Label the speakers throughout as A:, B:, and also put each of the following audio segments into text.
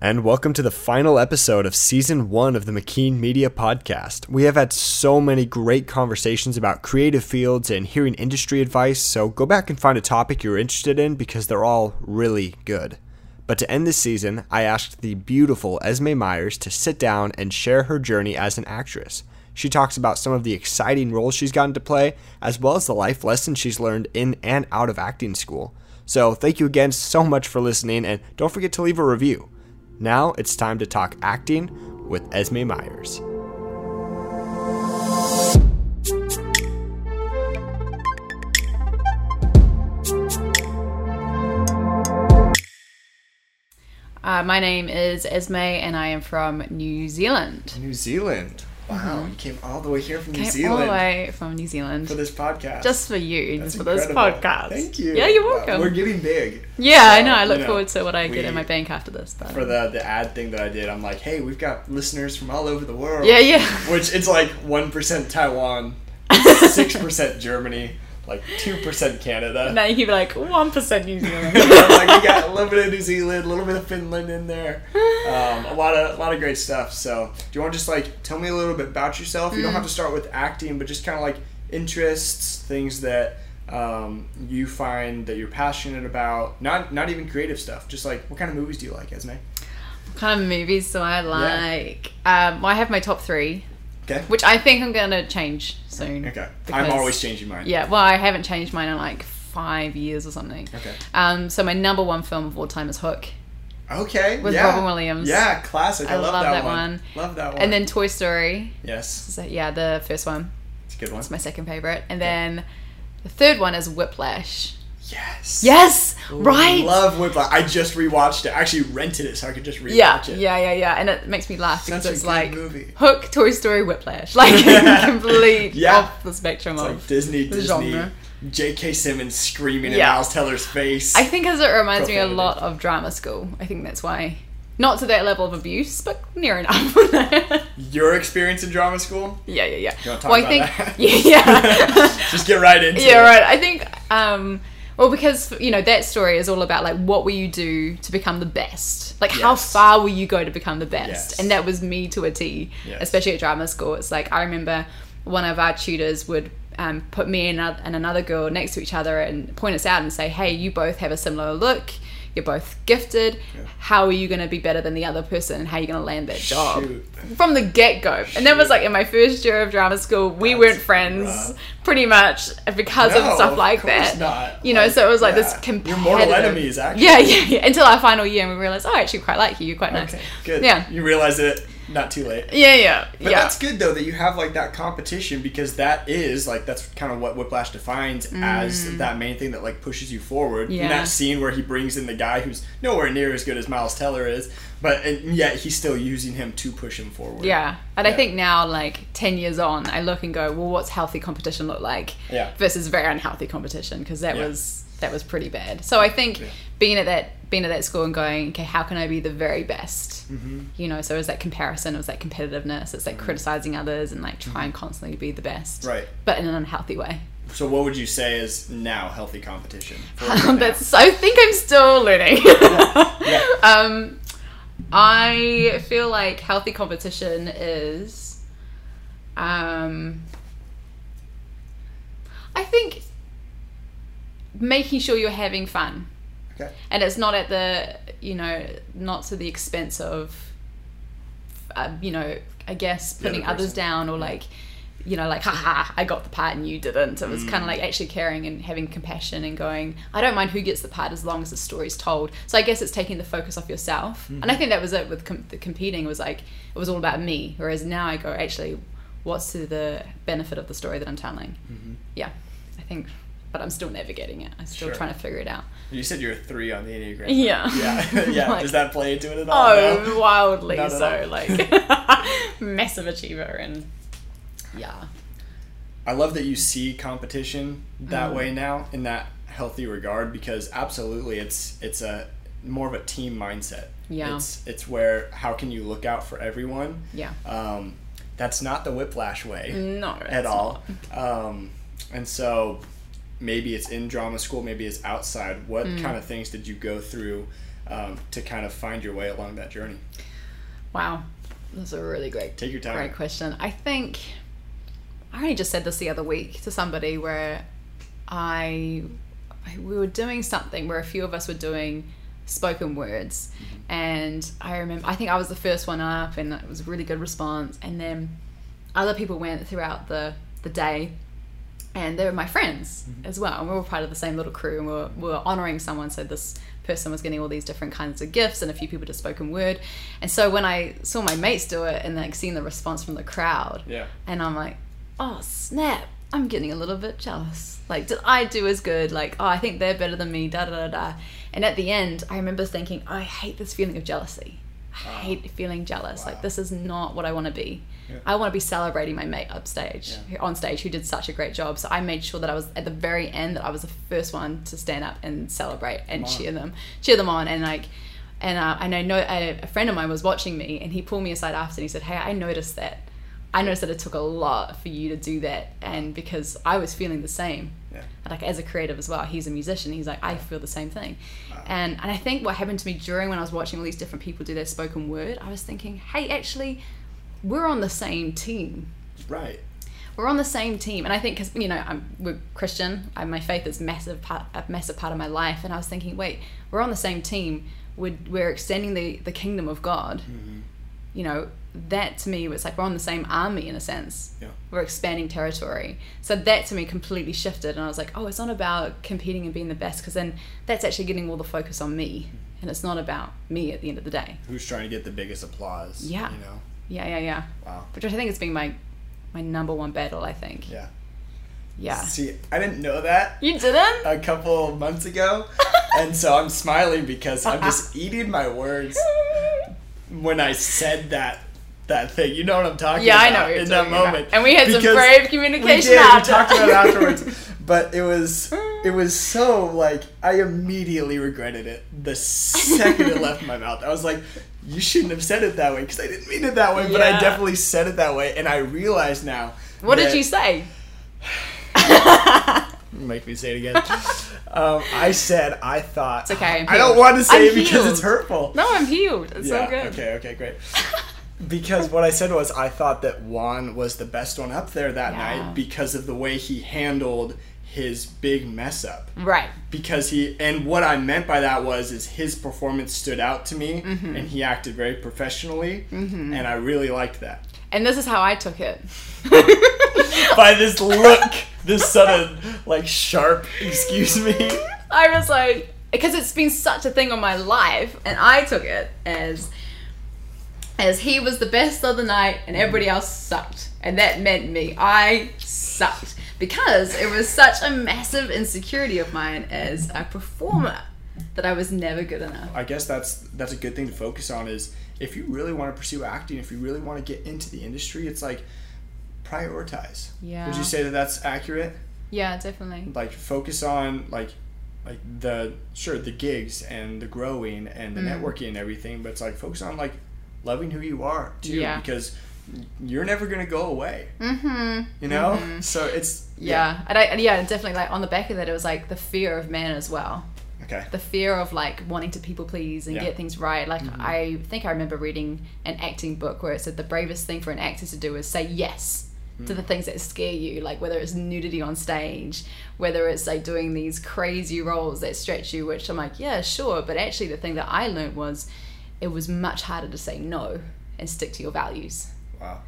A: And welcome to the final episode of season one of the McKean Media Podcast. We have had so many great conversations about creative fields and hearing industry advice, so go back and find a topic you're interested in because they're all really good. But to end this season, I asked the beautiful Esme Myers to sit down and share her journey as an actress. She talks about some of the exciting roles she's gotten to play, as well as the life lessons she's learned in and out of acting school. So, thank you again so much for listening, and don't forget to leave a review. Now it's time to talk acting with Esme Myers.
B: Uh, my name is Esme, and I am from New Zealand.
A: New Zealand. Wow, you came all the way here from New
B: Came
A: Zealand
B: all the way from New Zealand
A: for this podcast.
B: just for you,
A: That's
B: just for
A: incredible.
B: this podcast.
A: Thank you.
B: Yeah, you're
A: Wow,
B: welcome.
A: We're getting big.
B: yeah, I
A: So,
B: know. I
A: you
B: look
A: know,
B: forward to what I get in
A: we-
B: my bank after this. But
A: For the the ad thing that I did, I'm like, hey, we've got listeners from all over the world.
B: yeah, yeah,
A: Which it's like one percent Taiwan, six percent Germany, like two percent Canada.
B: now you can be like one percent New Zealand.
A: I'm like we got a little bit of New Zealand, a little bit of Finland in there. Um, a lot of a lot of great stuff. So, do you want to just like tell me a little bit about yourself? You don't
B: Mm.
A: have to start with acting, but just kind of like interests, things that um, you find that you're passionate about. Not not even creative stuff. Just like what kind of movies do you like, Esme?
B: kind of movies do I like? Um, I have my top three,
A: Okay.
B: which I think I'm gonna change soon.
A: Okay. I'm
B: Because-
A: always changing mine.
B: Yeah, well, I haven't changed mine in like five years or something.
A: Okay.
B: Um, so my number one film of all time is Hook.
A: Okay.
B: With
A: yeah.
B: Robin Williams.
A: Yeah, classic. I,
B: I
A: love,
B: love
A: that,
B: that
A: one.
B: one.
A: Love that one.
B: And then Toy Story.
A: yes,
B: So, yeah, the first one.
A: it's a good one.
B: It's my second favorite. And then the third one is Whiplash.
A: Yes.
B: Yes, right.
A: Love Whiplash. I just rewatched it. I actually rented it so I could just rewatch
B: yeah,
A: it.
B: yeah, yeah, yeah. And it makes me laugh because
A: Such a
B: it's
A: good
B: like
A: movie.
B: Hook, Toy Story, Whiplash. Like complete
A: Yeah.
B: off the spectrum
A: It's
B: of.
A: like Disney,
B: The
A: Disney.
B: genre.
A: J.K. Simmons screaming
B: Yeah.
A: in Miles Teller's face.
B: I think because it reminds me a
A: Profanity.
B: lot of drama school. I think that's why. Not to that level of abuse, but near enough.
A: Your experience in drama school?
B: yeah, yeah, yeah.
A: You wanna talk
B: Well, I
A: about
B: think
A: that?
B: yeah, yeah.
A: Just get right into it.
B: yeah right i think um well because you know that story is all about like what will you do to become the best like how
A: Yes.
B: far will you go to become the best
A: Yes.
B: and that was me to a t
A: Yes.
B: especially at drama school it's like i remember one of our tutors would um, put me and, oth- and another girl next to each other and point us out and say hey you both have a similar look you're both gifted how are you going to be better than the other person and how are you going to land that job
A: Shoot.
B: from the get go. And that was like in my first year of drama school, we weren't friends
A: rough.
B: pretty much because
A: No,
B: of stuff like
A: of course
B: that.
A: Not.
B: You know, so it was like this
A: yeah.
B: competitive.
A: Your mortal enemies, actually.
B: Yeah, yeah, yeah. Until our final year, and we realized, oh, I actually quite like you. You're quite nice.
A: Okay, good.
B: Yeah.
A: You realize it not too late.
B: Yeah, yeah,
A: But
B: yeah.
A: that's good though that you have like that competition because that is like that's kind of what Whiplash defines as that main thing that like pushes you forward. And
B: Mm. Yeah.
A: that scene where he brings in the guy who's nowhere near as good as Miles Teller is, but and yet he's still using him to push him forward.
B: Yeah. And I
A: Yeah.
B: think now, like 10 years on, I look and go, well, what's healthy competition look like
A: Yeah.
B: versus very unhealthy competition? Because that
A: Yeah.
B: was that was pretty bad. So I think
A: Yeah.
B: being at that being at that school and going, okay, how can I be the very best? Mm-hmm. You know, so it was that comparison, it was that competitiveness, it's like criticizing others and like trying constantly to be the best,
A: Mm-hmm. Right.
B: But in an unhealthy way.
A: So what would you say is now healthy competition? for right now?
B: That's. I think I'm still learning.
A: yeah.
B: um, I feel like healthy competition is, um, I think making sure you're having fun
A: Okay.
B: and it's not at the you know not to the expense of uh, you know i guess
A: The other
B: putting others
A: person.
B: down or like you know like haha i got the part and you didn't it was kind of
A: Mm.
B: like actually caring and having compassion and going i don't mind who gets the part as long as the story's told so i guess it's taking the focus off yourself and i
A: Mm-hmm.
B: think that was it with com- the competing was like it was all about me whereas now i go actually what's to the benefit of the story that i'm telling
A: Mm. Mm-hmm.
B: yeah i think but i'm still navigating it i'm still
A: Sure.
B: trying to figure it out
A: You said you're a three on the enneagram.
B: Yeah.
A: Yeah. yeah.
B: Like-
A: Does that play into it at all?
B: Oh,
A: No?
B: wildly
A: Not at
B: so,
A: all.
B: like massive achiever and yeah,
A: I love that you see competition
B: Mm.
A: that way now in that healthy regard because absolutely it's it's a more of a team mindset.
B: Yeah.
A: It's it's where how can you look out for everyone?
B: yeah.
A: Um, that's not the whiplash way
B: No,
A: at
B: it's
A: all. Um, and
B: Mm.
A: so maybe it's in drama school, maybe it's outside. What kind of things did you go through um, to kind of find your way along that journey?
B: Wow, that's a really great
A: Take your time.
B: Great question. I think I only just said this the other week to somebody where I we were doing something where a few of us were doing spoken words and I remember I think I was the first one up and it was a really good response and then other people went throughout the the day and they were my friends as well and we were part of the same little crew and we were, we were honoring someone so this person was getting all these different kinds of gifts and a few people did spoken word and so when i saw my mates do it and like seeing the response from the crowd
A: Yeah.
B: and i'm like oh snap i'm getting a little bit jealous like did i do as good like oh i think they're better than me da da da da and at the end i remember thinking i hate this feeling of jealousy i
A: Wow.
B: hate feeling jealous
A: Wow.
B: like this is not what i want to be
A: Yeah.
B: I want to be celebrating my mate upstage,
A: Yeah.
B: who- on stage, who did such a great job. So I made sure that I was at the very end that I was the first one to stand up and celebrate
A: Come
B: and
A: on.
B: cheer them, cheer them on, and like, and uh, and I know a, a friend of mine was watching me, and he pulled me aside after and he said, "Hey, I noticed that. I noticed that it took a lot for you to do that, and because I was feeling the same."
A: Yeah.
B: like as a creative as well. He's a musician. He's like, I feel the same thing.
A: Wow.
B: And and I think what happened to me during when I was watching all these different people do their spoken word, I was thinking, hey, actually, we're on the same team.
A: Right.
B: We're on the same team. And I think because you know I'm we're Christian. I, my faith is massive part a massive part of my life. And I was thinking, wait, we're on the same team. We're we're extending the the kingdom of God. You know that to me was like we're on the same army in a sense
A: Yeah.
B: we're expanding territory. So that to me completely shifted, and I was like, oh, it's not about competing and being the best, because then that's actually getting all the focus on me, and it's not about me at the end of the day.
A: Who's trying to get the biggest applause?
B: Yeah.
A: You know?
B: Yeah, yeah, yeah.
A: Wow.
B: Which I think has been my my number one battle. I think.
A: Yeah.
B: Yeah.
A: See, I didn't know that
B: You didn't?
A: a couple months ago. and so I'm smiling because I'm just eating my words when I said that that thing. You know what I'm talking
B: Yeah, I
A: about
B: know what you're
A: in that
B: talking about.
A: moment.
B: And we had some
A: Because
B: brave
A: We did.
B: communication
A: We
B: after.
A: talked about it afterwards. But it was it was so like I immediately regretted it the second it left my mouth. I was like, you shouldn't have said it that way because I didn't mean it that way. But I
B: Yeah.
A: definitely said it that way, and I realize now.
B: What did
A: that-
B: you say?
A: Make me say it again. um, I said I thought. It's
B: okay, I'm
A: I don't
B: healed.
A: want to say
B: I'm
A: it because
B: healed.
A: it's hurtful.
B: No, I'm healed. It's
A: yeah.
B: so good.
A: Okay. Okay. Great. Because what I said was I thought that Juan was the best one up there that
B: Yeah.
A: night because of the way he handled his big mess up.
B: Right.
A: Because he and what I meant by that was is his performance stood out to me
B: Mm-hmm.
A: and he acted very professionally and I really liked that.
B: And this is how I took it.
A: By this look, this sudden like sharp excuse me.
B: I was like, because it's been such a thing on my life, and I took it as as he was the best of the night, and everybody else sucked, and that meant me. I sucked because it was such a massive insecurity of mine as a performer that I was never good enough.
A: I guess that's that's a good thing to focus on is if you really want to pursue acting, if you really want to get into the industry, it's like prioritize. Would
B: Yeah.
A: you say that that's accurate?
B: Yeah, definitely.
A: Like focus on like like the sure the gigs and the growing and the
B: Mm.
A: networking and everything, but it's like focus on like loving who you are too
B: Yeah.
A: because you're never going to go away,
B: Mm-hmm.
A: you know? So it's
B: Yeah, and I and yeah, definitely. Like on the back of that, it was like the fear of man as well.
A: yeah. Okay.
B: the fear of like wanting to people please and
A: Yeah. Mm-hmm.
B: get things right. Like I think I remember reading an acting book where it said the bravest thing for an actor to do is say yes to
A: Mm.
B: the things that scare you, like whether it's nudity on stage, whether it's like doing these crazy roles that stretch you, which I'm like, yeah, sure. But actually, the thing that I learned was it was much harder to say no and stick to your values
A: Wow.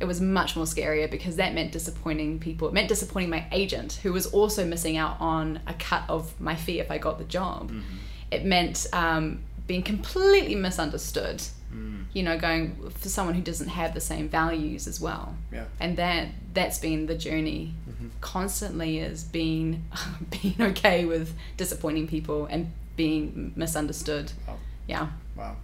B: it was much more scarier because that meant disappointing people. It meant disappointing my agent, who was also missing out on a cut of my fee if I got the job. It meant um, being completely misunderstood, you know, going for someone who doesn't have the same values as well.
A: Yeah.
B: And that that's been the journey constantly is being being okay with disappointing people and being misunderstood.
A: Wow.
B: Yeah.
A: Wow.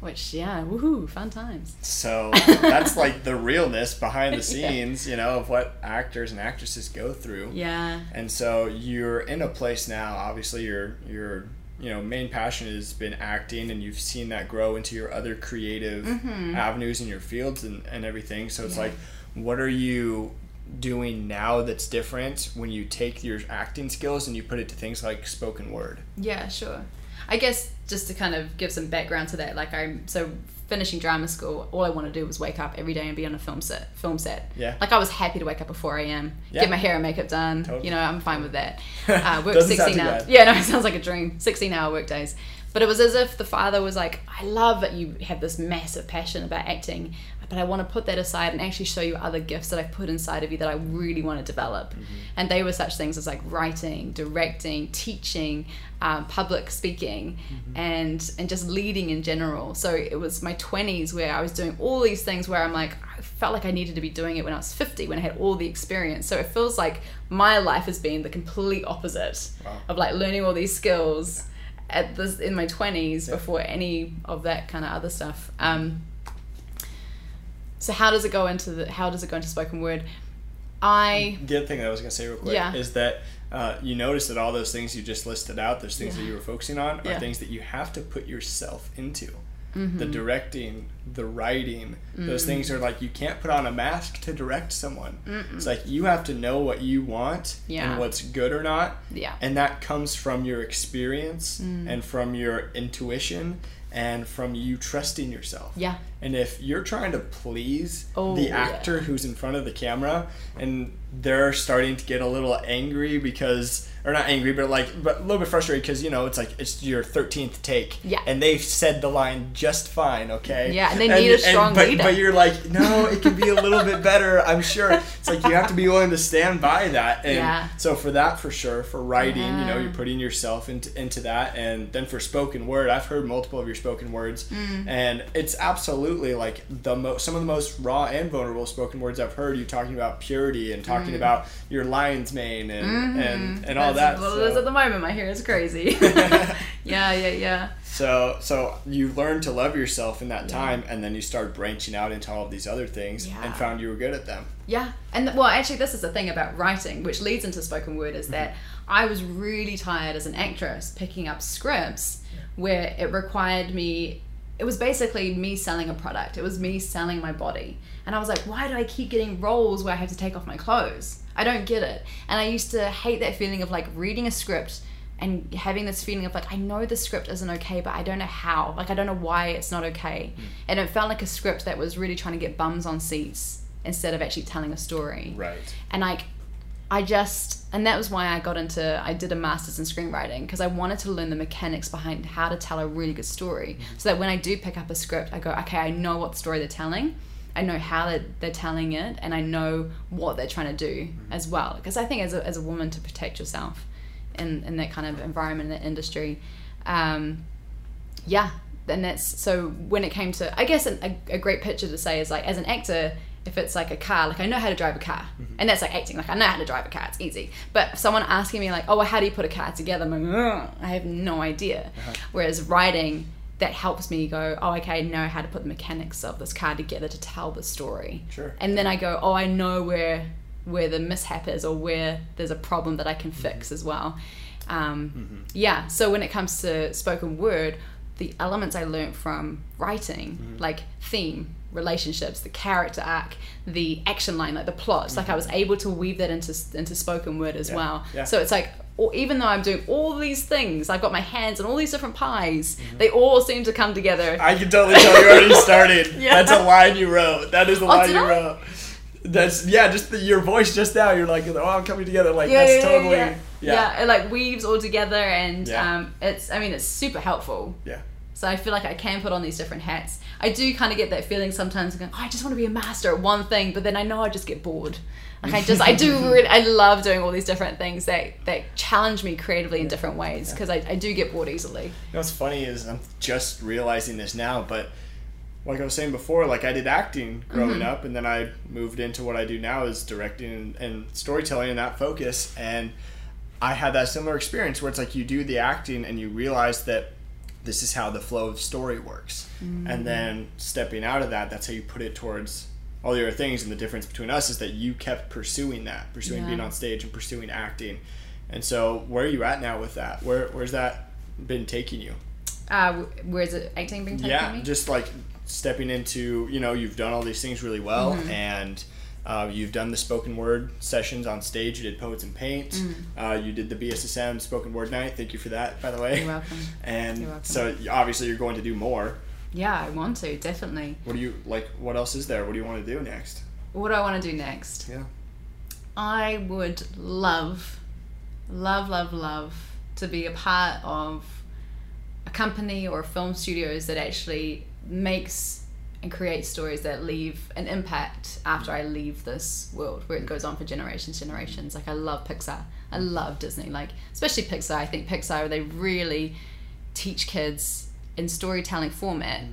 B: Which yeah, woohoo, fun times.
A: So that's like the realness behind the
B: Yeah.
A: scenes, you know, of what actors and actresses go through.
B: Yeah.
A: And so you're in a place now. Obviously, your your you know main passion has been acting, and you've seen that grow into your other creative
B: Mm-hmm.
A: avenues in your fields and and everything. So it's like, what are you doing now that's different when you take your acting skills and you put it to things like spoken word?
B: Yeah, sure. I guess just to kind of give some background to that, like I'm so finishing drama school, all I want to do was wake up every day and be on a film set. Film set.
A: Yeah.
B: Like I was happy to wake up at 4 a.m.
A: Yeah.
B: Get my hair and makeup done.
A: Totally.
B: You know, I'm fine with that. Uh, work
A: Doesn't sound
B: 16
A: too
B: hours.
A: bad.
B: Yeah, no, it sounds like a dream. 16 hour work days. But it was as if the father was like, I love that you have this massive passion about acting, but I want to put that aside and actually show you other gifts that I put inside of you that I really want to develop. And they were such things as like writing, directing, teaching, um, public speaking, and and just leading in general. So it was my 20s where I was doing all these things where I'm like, I felt like I needed to be doing it when I was 50, when I had all the experience. So it feels like my life has been the complete opposite
A: Wow.
B: of like learning all these skills at this in my 20s before any of that kind of other stuff um so how does it go into the how does it go into spoken word i
A: The other thing that I was gonna say real quick
B: Yeah.
A: is that uh, you notice that all those things you just listed out, those things that you were focusing on, are
B: Yeah. Mm-hmm.
A: things that you have to put yourself into. The directing, the writing, those
B: Mm.
A: things are like you can't put on a mask to direct someone. It's like you have to know what you want
B: Yeah.
A: and what's good or not,
B: yeah
A: and that comes from your experience
B: Mm.
A: and from your intuition and from you trusting yourself.
B: yeah
A: And if you're trying to please
B: Oh,
A: the
B: yeah.
A: actor who's in front of the camera and they're starting to get a little angry because or not angry but like but a little bit frustrated because you know it's like it's your 13th take
B: Yeah.
A: and they've said the line just fine okay
B: Yeah, and they need a strong
A: but,
B: leader.
A: but you're like no it can be a little bit better i'm sure it's like you have to be willing to stand by that and
B: Yeah.
A: so for that for sure for writing you know
B: Yeah.
A: you're putting yourself into, into that and then for spoken word i've heard multiple of your spoken words
B: Mm.
A: and it's absolutely like the mo- some of the most raw and vulnerable spoken words i've heard you talking about purity and
B: Mm.
A: talking about your lion's mane and and, and all
B: Mm-hmm.
A: that
B: That's what it is
A: so-
B: at the moment my hair is crazy yeah yeah yeah
A: so so you learned to love yourself in that time and then you started branching out into all of these other things
B: Yeah.
A: and found you were good at them
B: Yeah, and th- well, actually, this is the thing about writing, which leads into spoken word, is that I was really tired as an actress picking up scripts where it required me. It was basically me selling a product. It was me selling my body, and I was like, why do I keep getting roles where I have to take off my clothes? I don't get it. And I used to hate that feeling of like reading a script and having this feeling of like I know the script isn't okay, but I don't know how. Like I don't know why it's not okay. And it felt like a script that was really trying to get bums on seats instead of actually telling a story.
A: right
B: And like I just and that was why I got into I did a masters in screenwriting because I wanted to learn the mechanics behind how to tell a really good story so that when I do pick up a script I go okay I know what story they're telling I know how they're, they're telling it and I know what they're trying to do as well because I think as a, as a woman to protect yourself in, in that kind of environment in that industry um, yeah and that's so when it came to i guess an, a, a great picture to say is like as an actor if it's like a car like i know how to drive a car and that's like acting like i know how to drive a car it's easy but someone asking me like oh well, how do you put a car together i'm like "Ugh, i have no idea whereas writing that helps me go oh okay i know how to put the mechanics of this car together to tell the story
A: Sure.
B: and then i go oh i know where where the mishap is or where there's a problem that i can
A: Mm-hmm.
B: fix as well um, yeah so when it comes to spoken word the elements i learnt from writing
A: Mm-hmm.
B: like theme relationships the character arc the action line like the plots like i was able to weave that into into spoken word as
A: Mm-hmm. Yeah,
B: well
A: yeah.
B: so it's like or even though i'm doing all these things i've got my hands and all these different pies
A: Mm-hmm.
B: they all seem to come together
A: I can totally tell you already started.
B: Yeah. Oh,
A: That's a line you wrote. That is the line
B: did
A: you
B: I?
A: wrote. That's yeah, just the, your voice just now. You're like, oh, I'm coming together. Like
B: yeah,
A: that's
B: yeah, yeah,
A: totally
B: yeah, yeah. it like weaves all together and
A: Yeah.
B: um, it's i mean it's super helpful
A: yeah.
B: so i feel like i can put on these different hats i do kind of get that feeling sometimes going, oh, i just want to be a master at one thing but then i know i just get bored like i just i do really, i love doing all these different things that that challenge me creatively in different ways because I, I do get bored easily
A: You know what's funny is I'm just realizing this now, but like I was saying before, like I did acting growing up, and then I moved into what I do now is directing and, and storytelling and that focus. And I had that similar experience where it's like you do the acting and you realize that this is how the flow of story works. And then stepping out of that, that's how you put it towards all the other things. And the difference between us is that you kept pursuing that, pursuing
B: Yeah.
A: being on stage and pursuing acting. And so, where are you at now with that? Where where's that been taking you?
B: uh wh- where's it 18 being taken
A: yeah
B: me Mm-hmm.
A: just like stepping into you know you've done all these things really well and Uh, you've done the spoken word sessions on stage. You did Poets and Paint.
B: Mm.
A: Uh, you did the BSSM spoken word night. Thank you for that, by the way.
B: You're welcome.
A: And
B: You're welcome.
A: so y- obviously you're going to do more.
B: Yeah, I want to definitely.
A: What do you like? What else is there? What do you want to do next?
B: What do I want to do next?
A: Yeah.
B: I would love, love, love, love to be a part of a company or film studios that actually makes and creates stories that leave an impact after I leave this world, where it goes on for generations, generations. Like I love Pixar, I love Disney, like especially Pixar. I think Pixar they really teach kids in storytelling format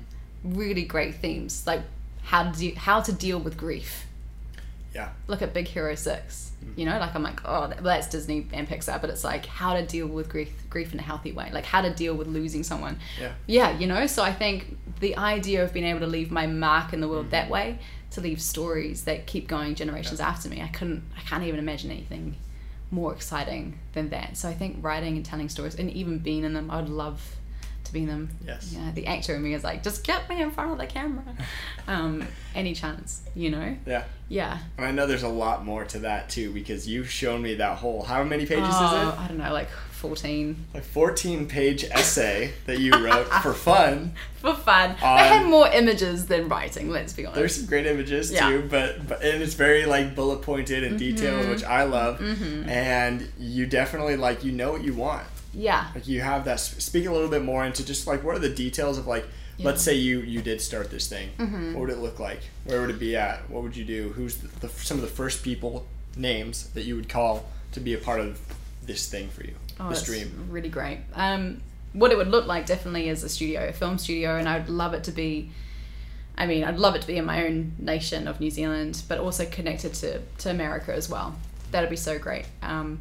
B: really great themes, like how do how to deal with grief
A: Yeah.
B: look at Big Hero Six. You know, like I'm like, oh, that, well, that's Disney and Pixar, but it's like how to deal with grief, grief in a healthy way, like how to deal with losing someone.
A: Yeah.
B: Yeah, you know. So I think the idea of being able to leave my mark in the world that way, to leave stories that keep going generations after me, I couldn't, I can't even imagine anything more exciting than that. So I think writing and telling stories, and even being in them, I would love to be in them.
A: Yes.
B: Yeah, the actor in me is like, just get me in front of the camera, um, any chance, you know.
A: Yeah.
B: Yeah.
A: And I know there's a lot more to that too because you've shown me that whole how many pages
B: Oh,
A: is it?
B: I don't know, like 14.
A: Like 14 page essay that you wrote for fun.
B: For fun. I
A: Um,
B: had more images than writing, let's be honest.
A: There's some great images
B: Yeah. Mm-hmm.
A: too, but, but and it's very like bullet pointed and detailed, which I love. And you definitely like you know what you want.
B: Yeah.
A: Like you have that. sp- Speak a little bit more into just like what are the details of like. Let's say you you did start this thing.
B: Mm-hmm.
A: What would it look like? Where would it be at? What would you do? Who's the, the, some of the first people names that you would call to be a part of this thing for you?
B: Oh,
A: this
B: that's
A: dream.
B: Really great. Um, what it would look like definitely is a studio, a film studio, and I'd love it to be. I mean, I'd love it to be in my own nation of New Zealand, but also connected to, to America as well. That'd be so great. Um,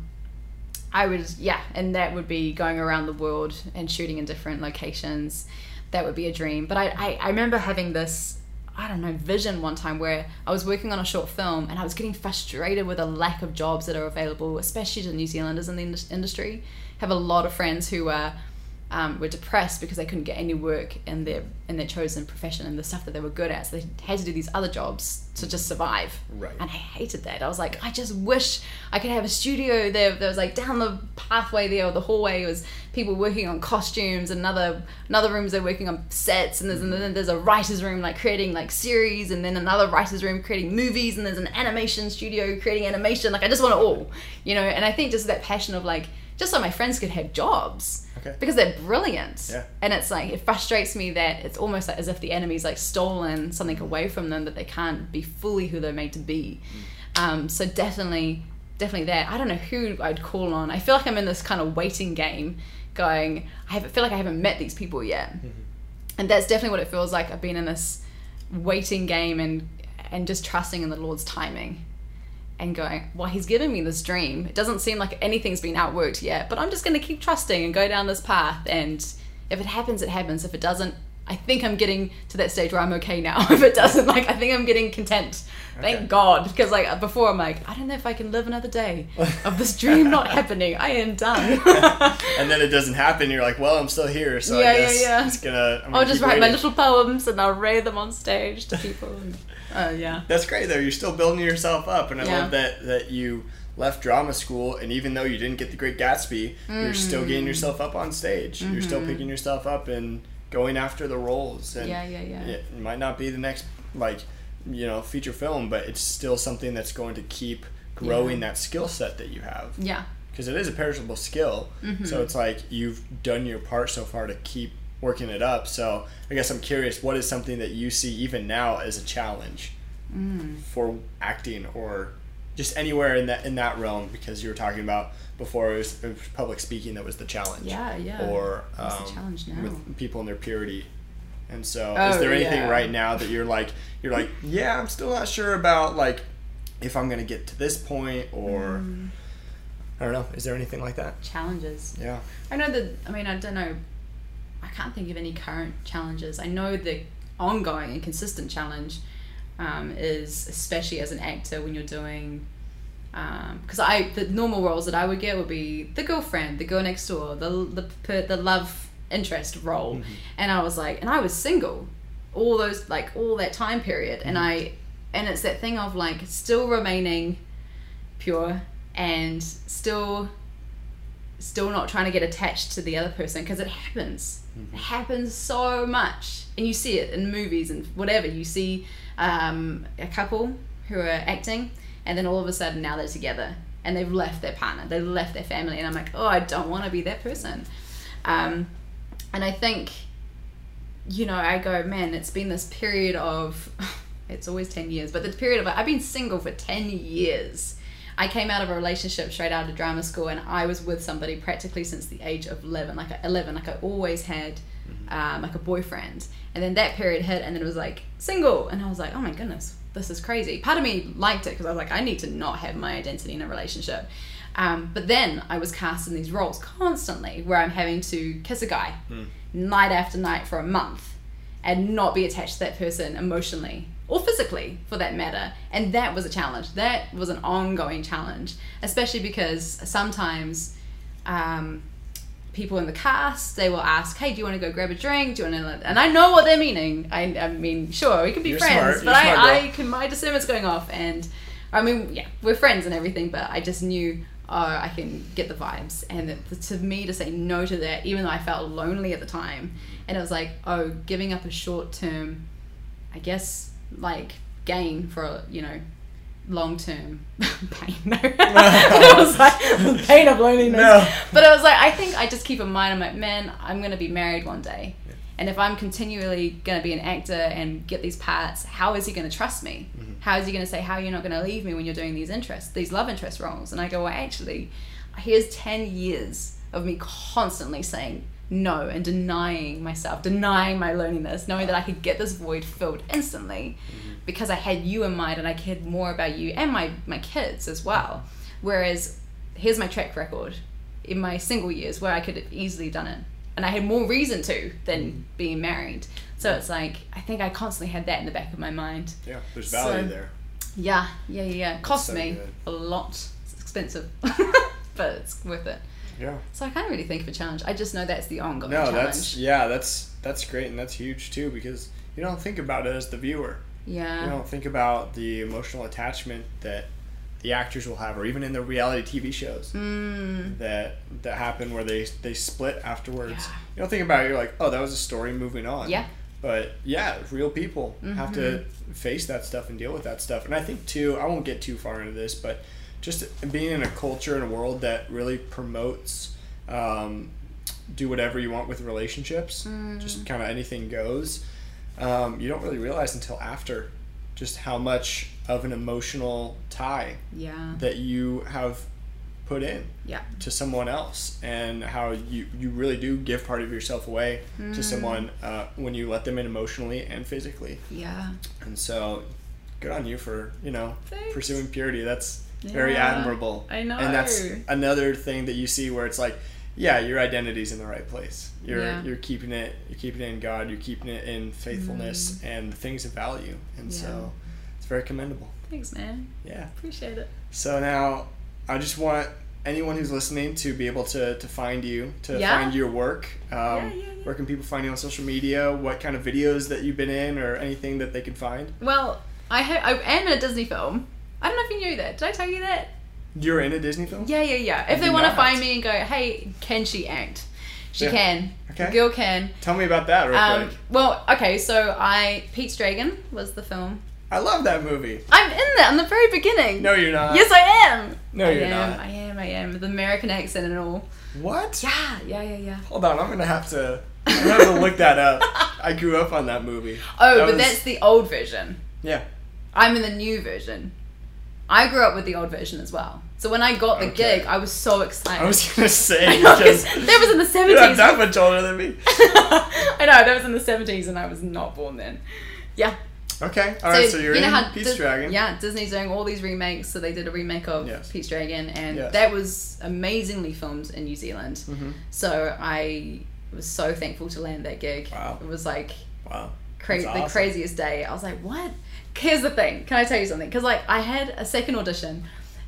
B: I would, yeah, and that would be going around the world and shooting in different locations. That would be a dream. But I, I, I remember having this, I don't know, vision one time where I was working on a short film and I was getting frustrated with a lack of jobs that are available, especially to New Zealanders in the indus- industry. Have a lot of friends who are. Um, were depressed because they couldn't get any work in their in their chosen profession and the stuff that they were good at, so they had to do these other jobs to just survive.
A: Right.
B: And I hated that. I was like, I just wish I could have a studio there that was like down the pathway there or the hallway was people working on costumes, another another rooms they're working on sets and there's and then there's a writer's room like creating like series and then another writer's room creating movies and there's an animation studio creating animation. Like I just want it all. You know, and I think just that passion of like just so my friends could have jobs
A: Okay.
B: because they're brilliant.
A: Yeah.
B: And it's like it frustrates me that it's almost like as if the enemy's like stolen something away from them that they can't be fully who they're made to be. Um, so definitely, definitely that. I don't know who I'd call on. I feel like I'm in this kind of waiting game, going. I haven't, feel like I haven't met these people yet, and that's definitely what it feels like. I've been in this waiting game and and just trusting in the Lord's timing and going, well, he's given me this dream. It doesn't seem like anything's been outworked yet, but I'm just going to keep trusting and go down this path. And if it happens, it happens. If it doesn't, I think I'm getting to that stage where I'm okay now. if it doesn't, like, I think I'm getting content.
A: Okay.
B: Thank God. Because, like, before I'm like, I don't know if I can live another day of this dream not happening. I am done.
A: And then it doesn't happen. You're like, well, I'm still here, so
B: Yeah,
A: I
B: yeah,
A: guess
B: yeah.
A: it's gonna. I'm gonna
B: I'll just
A: keep
B: write my
A: waiting.
B: little poems and I'll read them on stage to people. And, oh, yeah.
A: That's great though. You're still building yourself up, and I
B: Yeah.
A: love that that you left drama school. And even though you didn't get the Great Gatsby, you're still
B: Mm.
A: getting yourself up on stage. You're still picking yourself up and going after the roles. And
B: Mm-hmm. Yeah, yeah, yeah.
A: It might not be the next like you know feature film, but it's still something that's going to keep growing that skill set that you have
B: Yeah.
A: because it is a perishable skill.
B: Mm-hmm.
A: So it's like you've done your part so far to keep working it up. So I guess I'm curious, what is something that you see even now as a challenge
B: Mm.
A: for acting or just anywhere in that in that realm? Because you were talking about before it was, it was public speaking that was the challenge.
B: Yeah, yeah.
A: Or
B: What's the
A: um,
B: challenge now?
A: with people in their purity. And so, is
B: Oh,
A: there anything
B: yeah.
A: right now that you're like, you're like, yeah, I'm still not sure about like if I'm gonna get to this point or
B: Mm.
A: I don't know. Is there anything like that?
B: Challenges.
A: Yeah.
B: I know that. I mean, I don't know. I can't think of any current challenges. I know the ongoing and consistent challenge um, is, especially as an actor, when you're doing. Because I the normal roles that I would get would be the girlfriend, the girl next door, the the per- the love interest role, and I was like, and I was single, all those like all that time period, and I and it's that thing of like still remaining pure and still still not trying to get attached to the other person because it happens it happens so much and you see it in movies and whatever you see um, a couple who are acting and then all of a sudden now they're together and they've left their partner they've left their family and i'm like oh i don't want to be that person um, and i think you know i go man it's been this period of it's always 10 years but the period of i've been single for 10 years i came out of a relationship straight out of drama school and i was with somebody practically since the age of 11 like 11 like i always had um, like a boyfriend and then that period hit and then it was like single and i was like oh my goodness this is crazy part of me liked it because i was like i need to not have my identity in a relationship um, but then i was cast in these roles constantly where i'm having to kiss a guy night after night for a month and not be attached to that person emotionally or physically for that matter. And that was a challenge. That was an ongoing challenge, especially because sometimes um, people in the cast they will ask, "Hey, do you want to go grab a drink? Do you want to?" And I know what they're meaning. I, I mean, sure, we can be
A: You're
B: friends,
A: smart.
B: but
A: You're smart,
B: I,
A: girl.
B: I can my discernment's going off, and I mean, yeah, we're friends and everything, but I just knew. Oh, I can get the vibes, and it, to me to say no to that, even though I felt lonely at the time, and it was like, oh, giving up a short term I guess like gain for you know long term pain. No, it was like the pain of loneliness.
A: No.
B: But I was like, I think I just keep in mind. I'm like, man, I'm gonna be married one day, and if I'm continually gonna be an actor and get these parts, how is he gonna trust me? How is he gonna say how you're not gonna leave me when you're doing these interests, these love interest roles? And I go, well, actually, here's ten years of me constantly saying no and denying myself, denying my loneliness, knowing that I could get this void filled instantly because I had you in mind and I cared more about you and my, my kids as well. Whereas here's my track record in my single years where I could have easily done it. And I had more reason to than being married. So it's like, I think I constantly had that in the back of my mind.
A: Yeah, there's
B: So-
A: value there.
B: Yeah, yeah, yeah, yeah. Cost
A: so
B: me
A: good.
B: a lot. It's expensive, but it's worth it.
A: Yeah.
B: So I can't really think of a challenge. I just know that's the ongoing
A: No,
B: challenge.
A: that's yeah, that's that's great and that's huge too because you don't think about it as the viewer.
B: yeah.
A: You don't think about the emotional attachment that the actors will have, or even in the reality TV shows
B: Mm.
A: that that happen where they they split afterwards.
B: Yeah.
A: You don't think about it. You're like, oh, that was a story. Moving on.
B: Yeah. Mm-hmm.
A: But yeah, real people have to face that stuff and deal with that stuff. And I think too, I won't get too far into this, but just being in a culture and a world that really promotes um, do whatever you want with relationships,
B: Mm.
A: just kind of anything goes. Um, you don't really realize until after just how much of an emotional tie
B: Yeah.
A: that you have put in
B: Yeah.
A: to someone else and how you, you really do give part of yourself away
B: Mm.
A: to someone uh, when you let them in emotionally and physically.
B: Yeah.
A: And so good on you for, you know,
B: Thanks.
A: pursuing purity. That's very
B: Yeah,
A: admirable.
B: I
A: And that's
B: know.
A: another thing that you see where it's like, yeah, your identity's in the right place. You're
B: Yeah.
A: you're keeping it you're keeping it in God, you're keeping it in faithfulness and things of value. And
B: Mm. Yeah.
A: so it's very commendable.
B: Thanks, man.
A: Yeah.
B: Appreciate it.
A: So now, I just want anyone who's listening to be able to, to find you, to
B: Yeah.
A: find your work. Um,
B: Yeah, yeah, yeah.
A: Where can people find you on social media? What kind of videos that you've been in, or anything that they can find?
B: Well, I ha- I am in a Disney film. I don't know if you knew that. Did I tell you that?
A: You're in a Disney film.
B: Yeah, yeah, yeah. If
A: I
B: they
A: did
B: want to
A: not.
B: find me and go, hey, can she act? She
A: Yeah.
B: can.
A: Okay.
B: The girl can.
A: Tell me about that real
B: Um,
A: quick.
B: well, okay, so I Pete's Dragon was the film.
A: I love that movie.
B: I'm in that in the very beginning.
A: No, you're not.
B: Yes, I am.
A: No,
B: I
A: you're
B: am,
A: not.
B: I am. I am. With American accent and all.
A: What?
B: Yeah, yeah, yeah, yeah.
A: Hold on, I'm gonna have to. I'm gonna have to look that up. I grew up on that movie.
B: Oh,
A: That
B: but
A: was-
B: that's the old version.
A: yeah.
B: I'm in the new version. I grew up with the old version as well. So when I got the
A: Okay.
B: gig, I was so excited.
A: I was gonna say
B: No, 'cause
A: because
B: that was in the
A: you're not
B: 70s.
A: that much older than me.
B: I know, that was in the 70s and I was not born then. Yeah.
A: Okay, all right. So, you're
B: you know
A: in
B: how
A: Peace
B: Dis-
A: Dragon.
B: Yeah, Disney's doing all these remakes. So they did a remake of
A: Yes.
B: Pete's Dragon, and
A: Yes. Mm-hmm.
B: that was amazingly filmed in New Zealand. So I was so thankful to land that gig.
A: Wow.
B: It was like
A: Wow.
B: cra-
A: That's
B: the
A: awesome.
B: craziest day. I was like, what? Here's the thing. Can I tell you something? Because like I had a second audition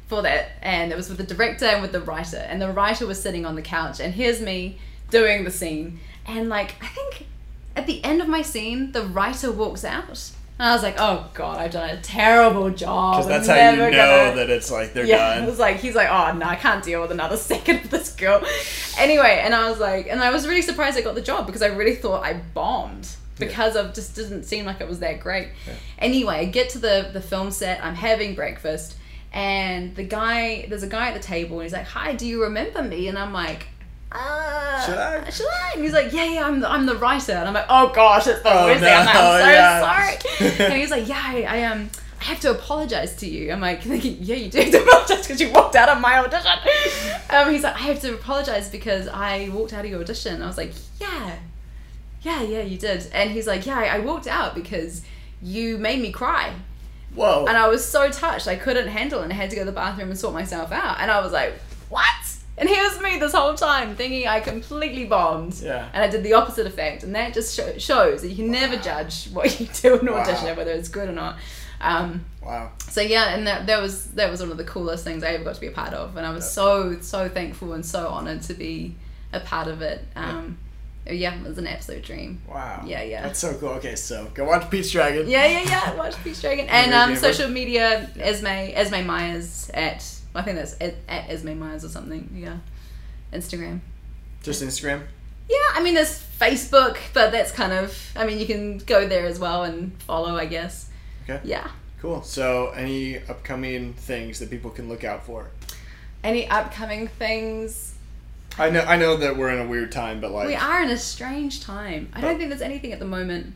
B: for that, and it was with the director and with the writer, and the writer was sitting on the couch, and here's me doing the scene, and like I think at the end of my scene, the writer walks out, And I was like, oh god, I've done a terrible job.
A: Because that's
B: I'm
A: how you know
B: never gonna-
A: that it's like they're
B: yeah,
A: done.
B: it was like he's like, oh no, I can't deal with another second of this girl. Anyway, and I was like, and I was really surprised I got the job because I really thought I bombed because of just didn't seem like it was that great. Anyway, I get to the the film set. I'm having breakfast, and the guy, there's a guy at the table, and he's like, hi, do you remember me? And I'm like. Uh,
A: Should I?
B: Should I? And he's like, yeah, yeah, I'm the, I'm the writer. And I'm like, oh gosh, it's the
A: Oh,
B: worst thing. I'm like, I'm
A: no,
B: so
A: yeah.
B: sorry and he's like, "Yeah, I, I um, I have to apologize to you." I'm like, thinking, "Yeah, you do have to apologize because you walked out of my audition." Um, he's like, "I have to apologize because I walked out of your audition." I was like, "Yeah, yeah, yeah, you did." And he's like, "Yeah, I, I walked out because you made me cry."
A: Whoa.
B: And I was so touched, I couldn't handle it and I had to go to the bathroom and sort myself out. And I was like, what? And here's me this whole time thinking I completely bombed.
A: Yeah.
B: And I did the opposite effect. And that just sho- shows that you can never judge what you do in an
A: Wow.
B: audition, whether it's good or not. Um,
A: wow.
B: so yeah, and that, that was that was one of the coolest things I ever got to be a part of, and I was so so thankful and so honored to be a part of it. Um, yeah, it was an absolute dream.
A: Wow.
B: Yeah, yeah.
A: That's so cool. Okay, so go watch Pete's Dragon.
B: Yeah, yeah, yeah. Watch Peace Dragon and
A: You're a
B: um,
A: gamer.
B: social media Esme Esme Myers at I think that's at, at Esme Myers or something. Yeah, Instagram.
A: Just Instagram.
B: Yeah, I mean there's Facebook, but that's kind of I mean you can go there as well and follow, I guess.
A: Okay.
B: Yeah.
A: Cool. So, any upcoming things that people can look out for?
B: Any upcoming things?
A: I know, I know that we're in a weird time, but like,
B: We are in a strange time. I don't think there's anything at the moment.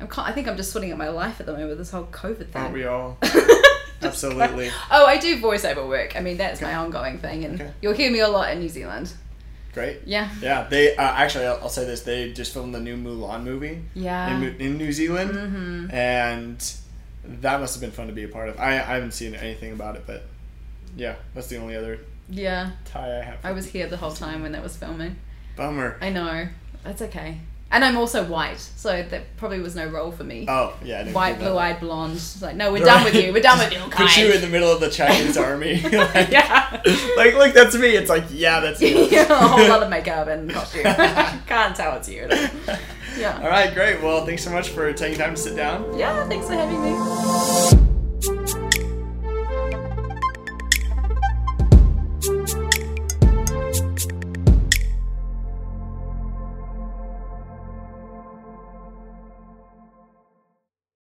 B: I'm con- I think I'm just sorting out my life at the moment with this whole COVID thing.
A: aren't we all?
B: Just
A: Absolutely.
B: go- Oh, I do voiceover work. I mean, that's my ongoing thing, and
A: Okay.
B: you'll hear me a lot in New Zealand.
A: Great.
B: Yeah.
A: Yeah, they uh, actually. I'll, I'll say this: they just filmed the new Mulan movie
B: Yeah.
A: in, Mu- in New Zealand,
B: Mm-hmm.
A: and that must have been fun to be a part of. I, I haven't seen anything about it, but yeah, that's the only other
B: yeah.
A: tie I have.
B: I was here the whole time when that was filming.
A: Bummer.
B: I know. That's okay. And I'm also white, so that probably was no role for me.
A: Oh yeah, I didn't hear
B: white,
A: that.
B: blue eyed, blonde. It's like, no, we're done with you. We're done with you.
A: Put
B: Kai.
A: you in the middle of the Chinese army. like,
B: yeah.
A: like, look, that's me. It's like, yeah, that's me.
B: yeah. A whole lot of makeup and costume. Can't tell it's you. Yeah.
A: All right, great. Well, thanks so much for taking time to sit down.
B: Yeah, thanks for having me.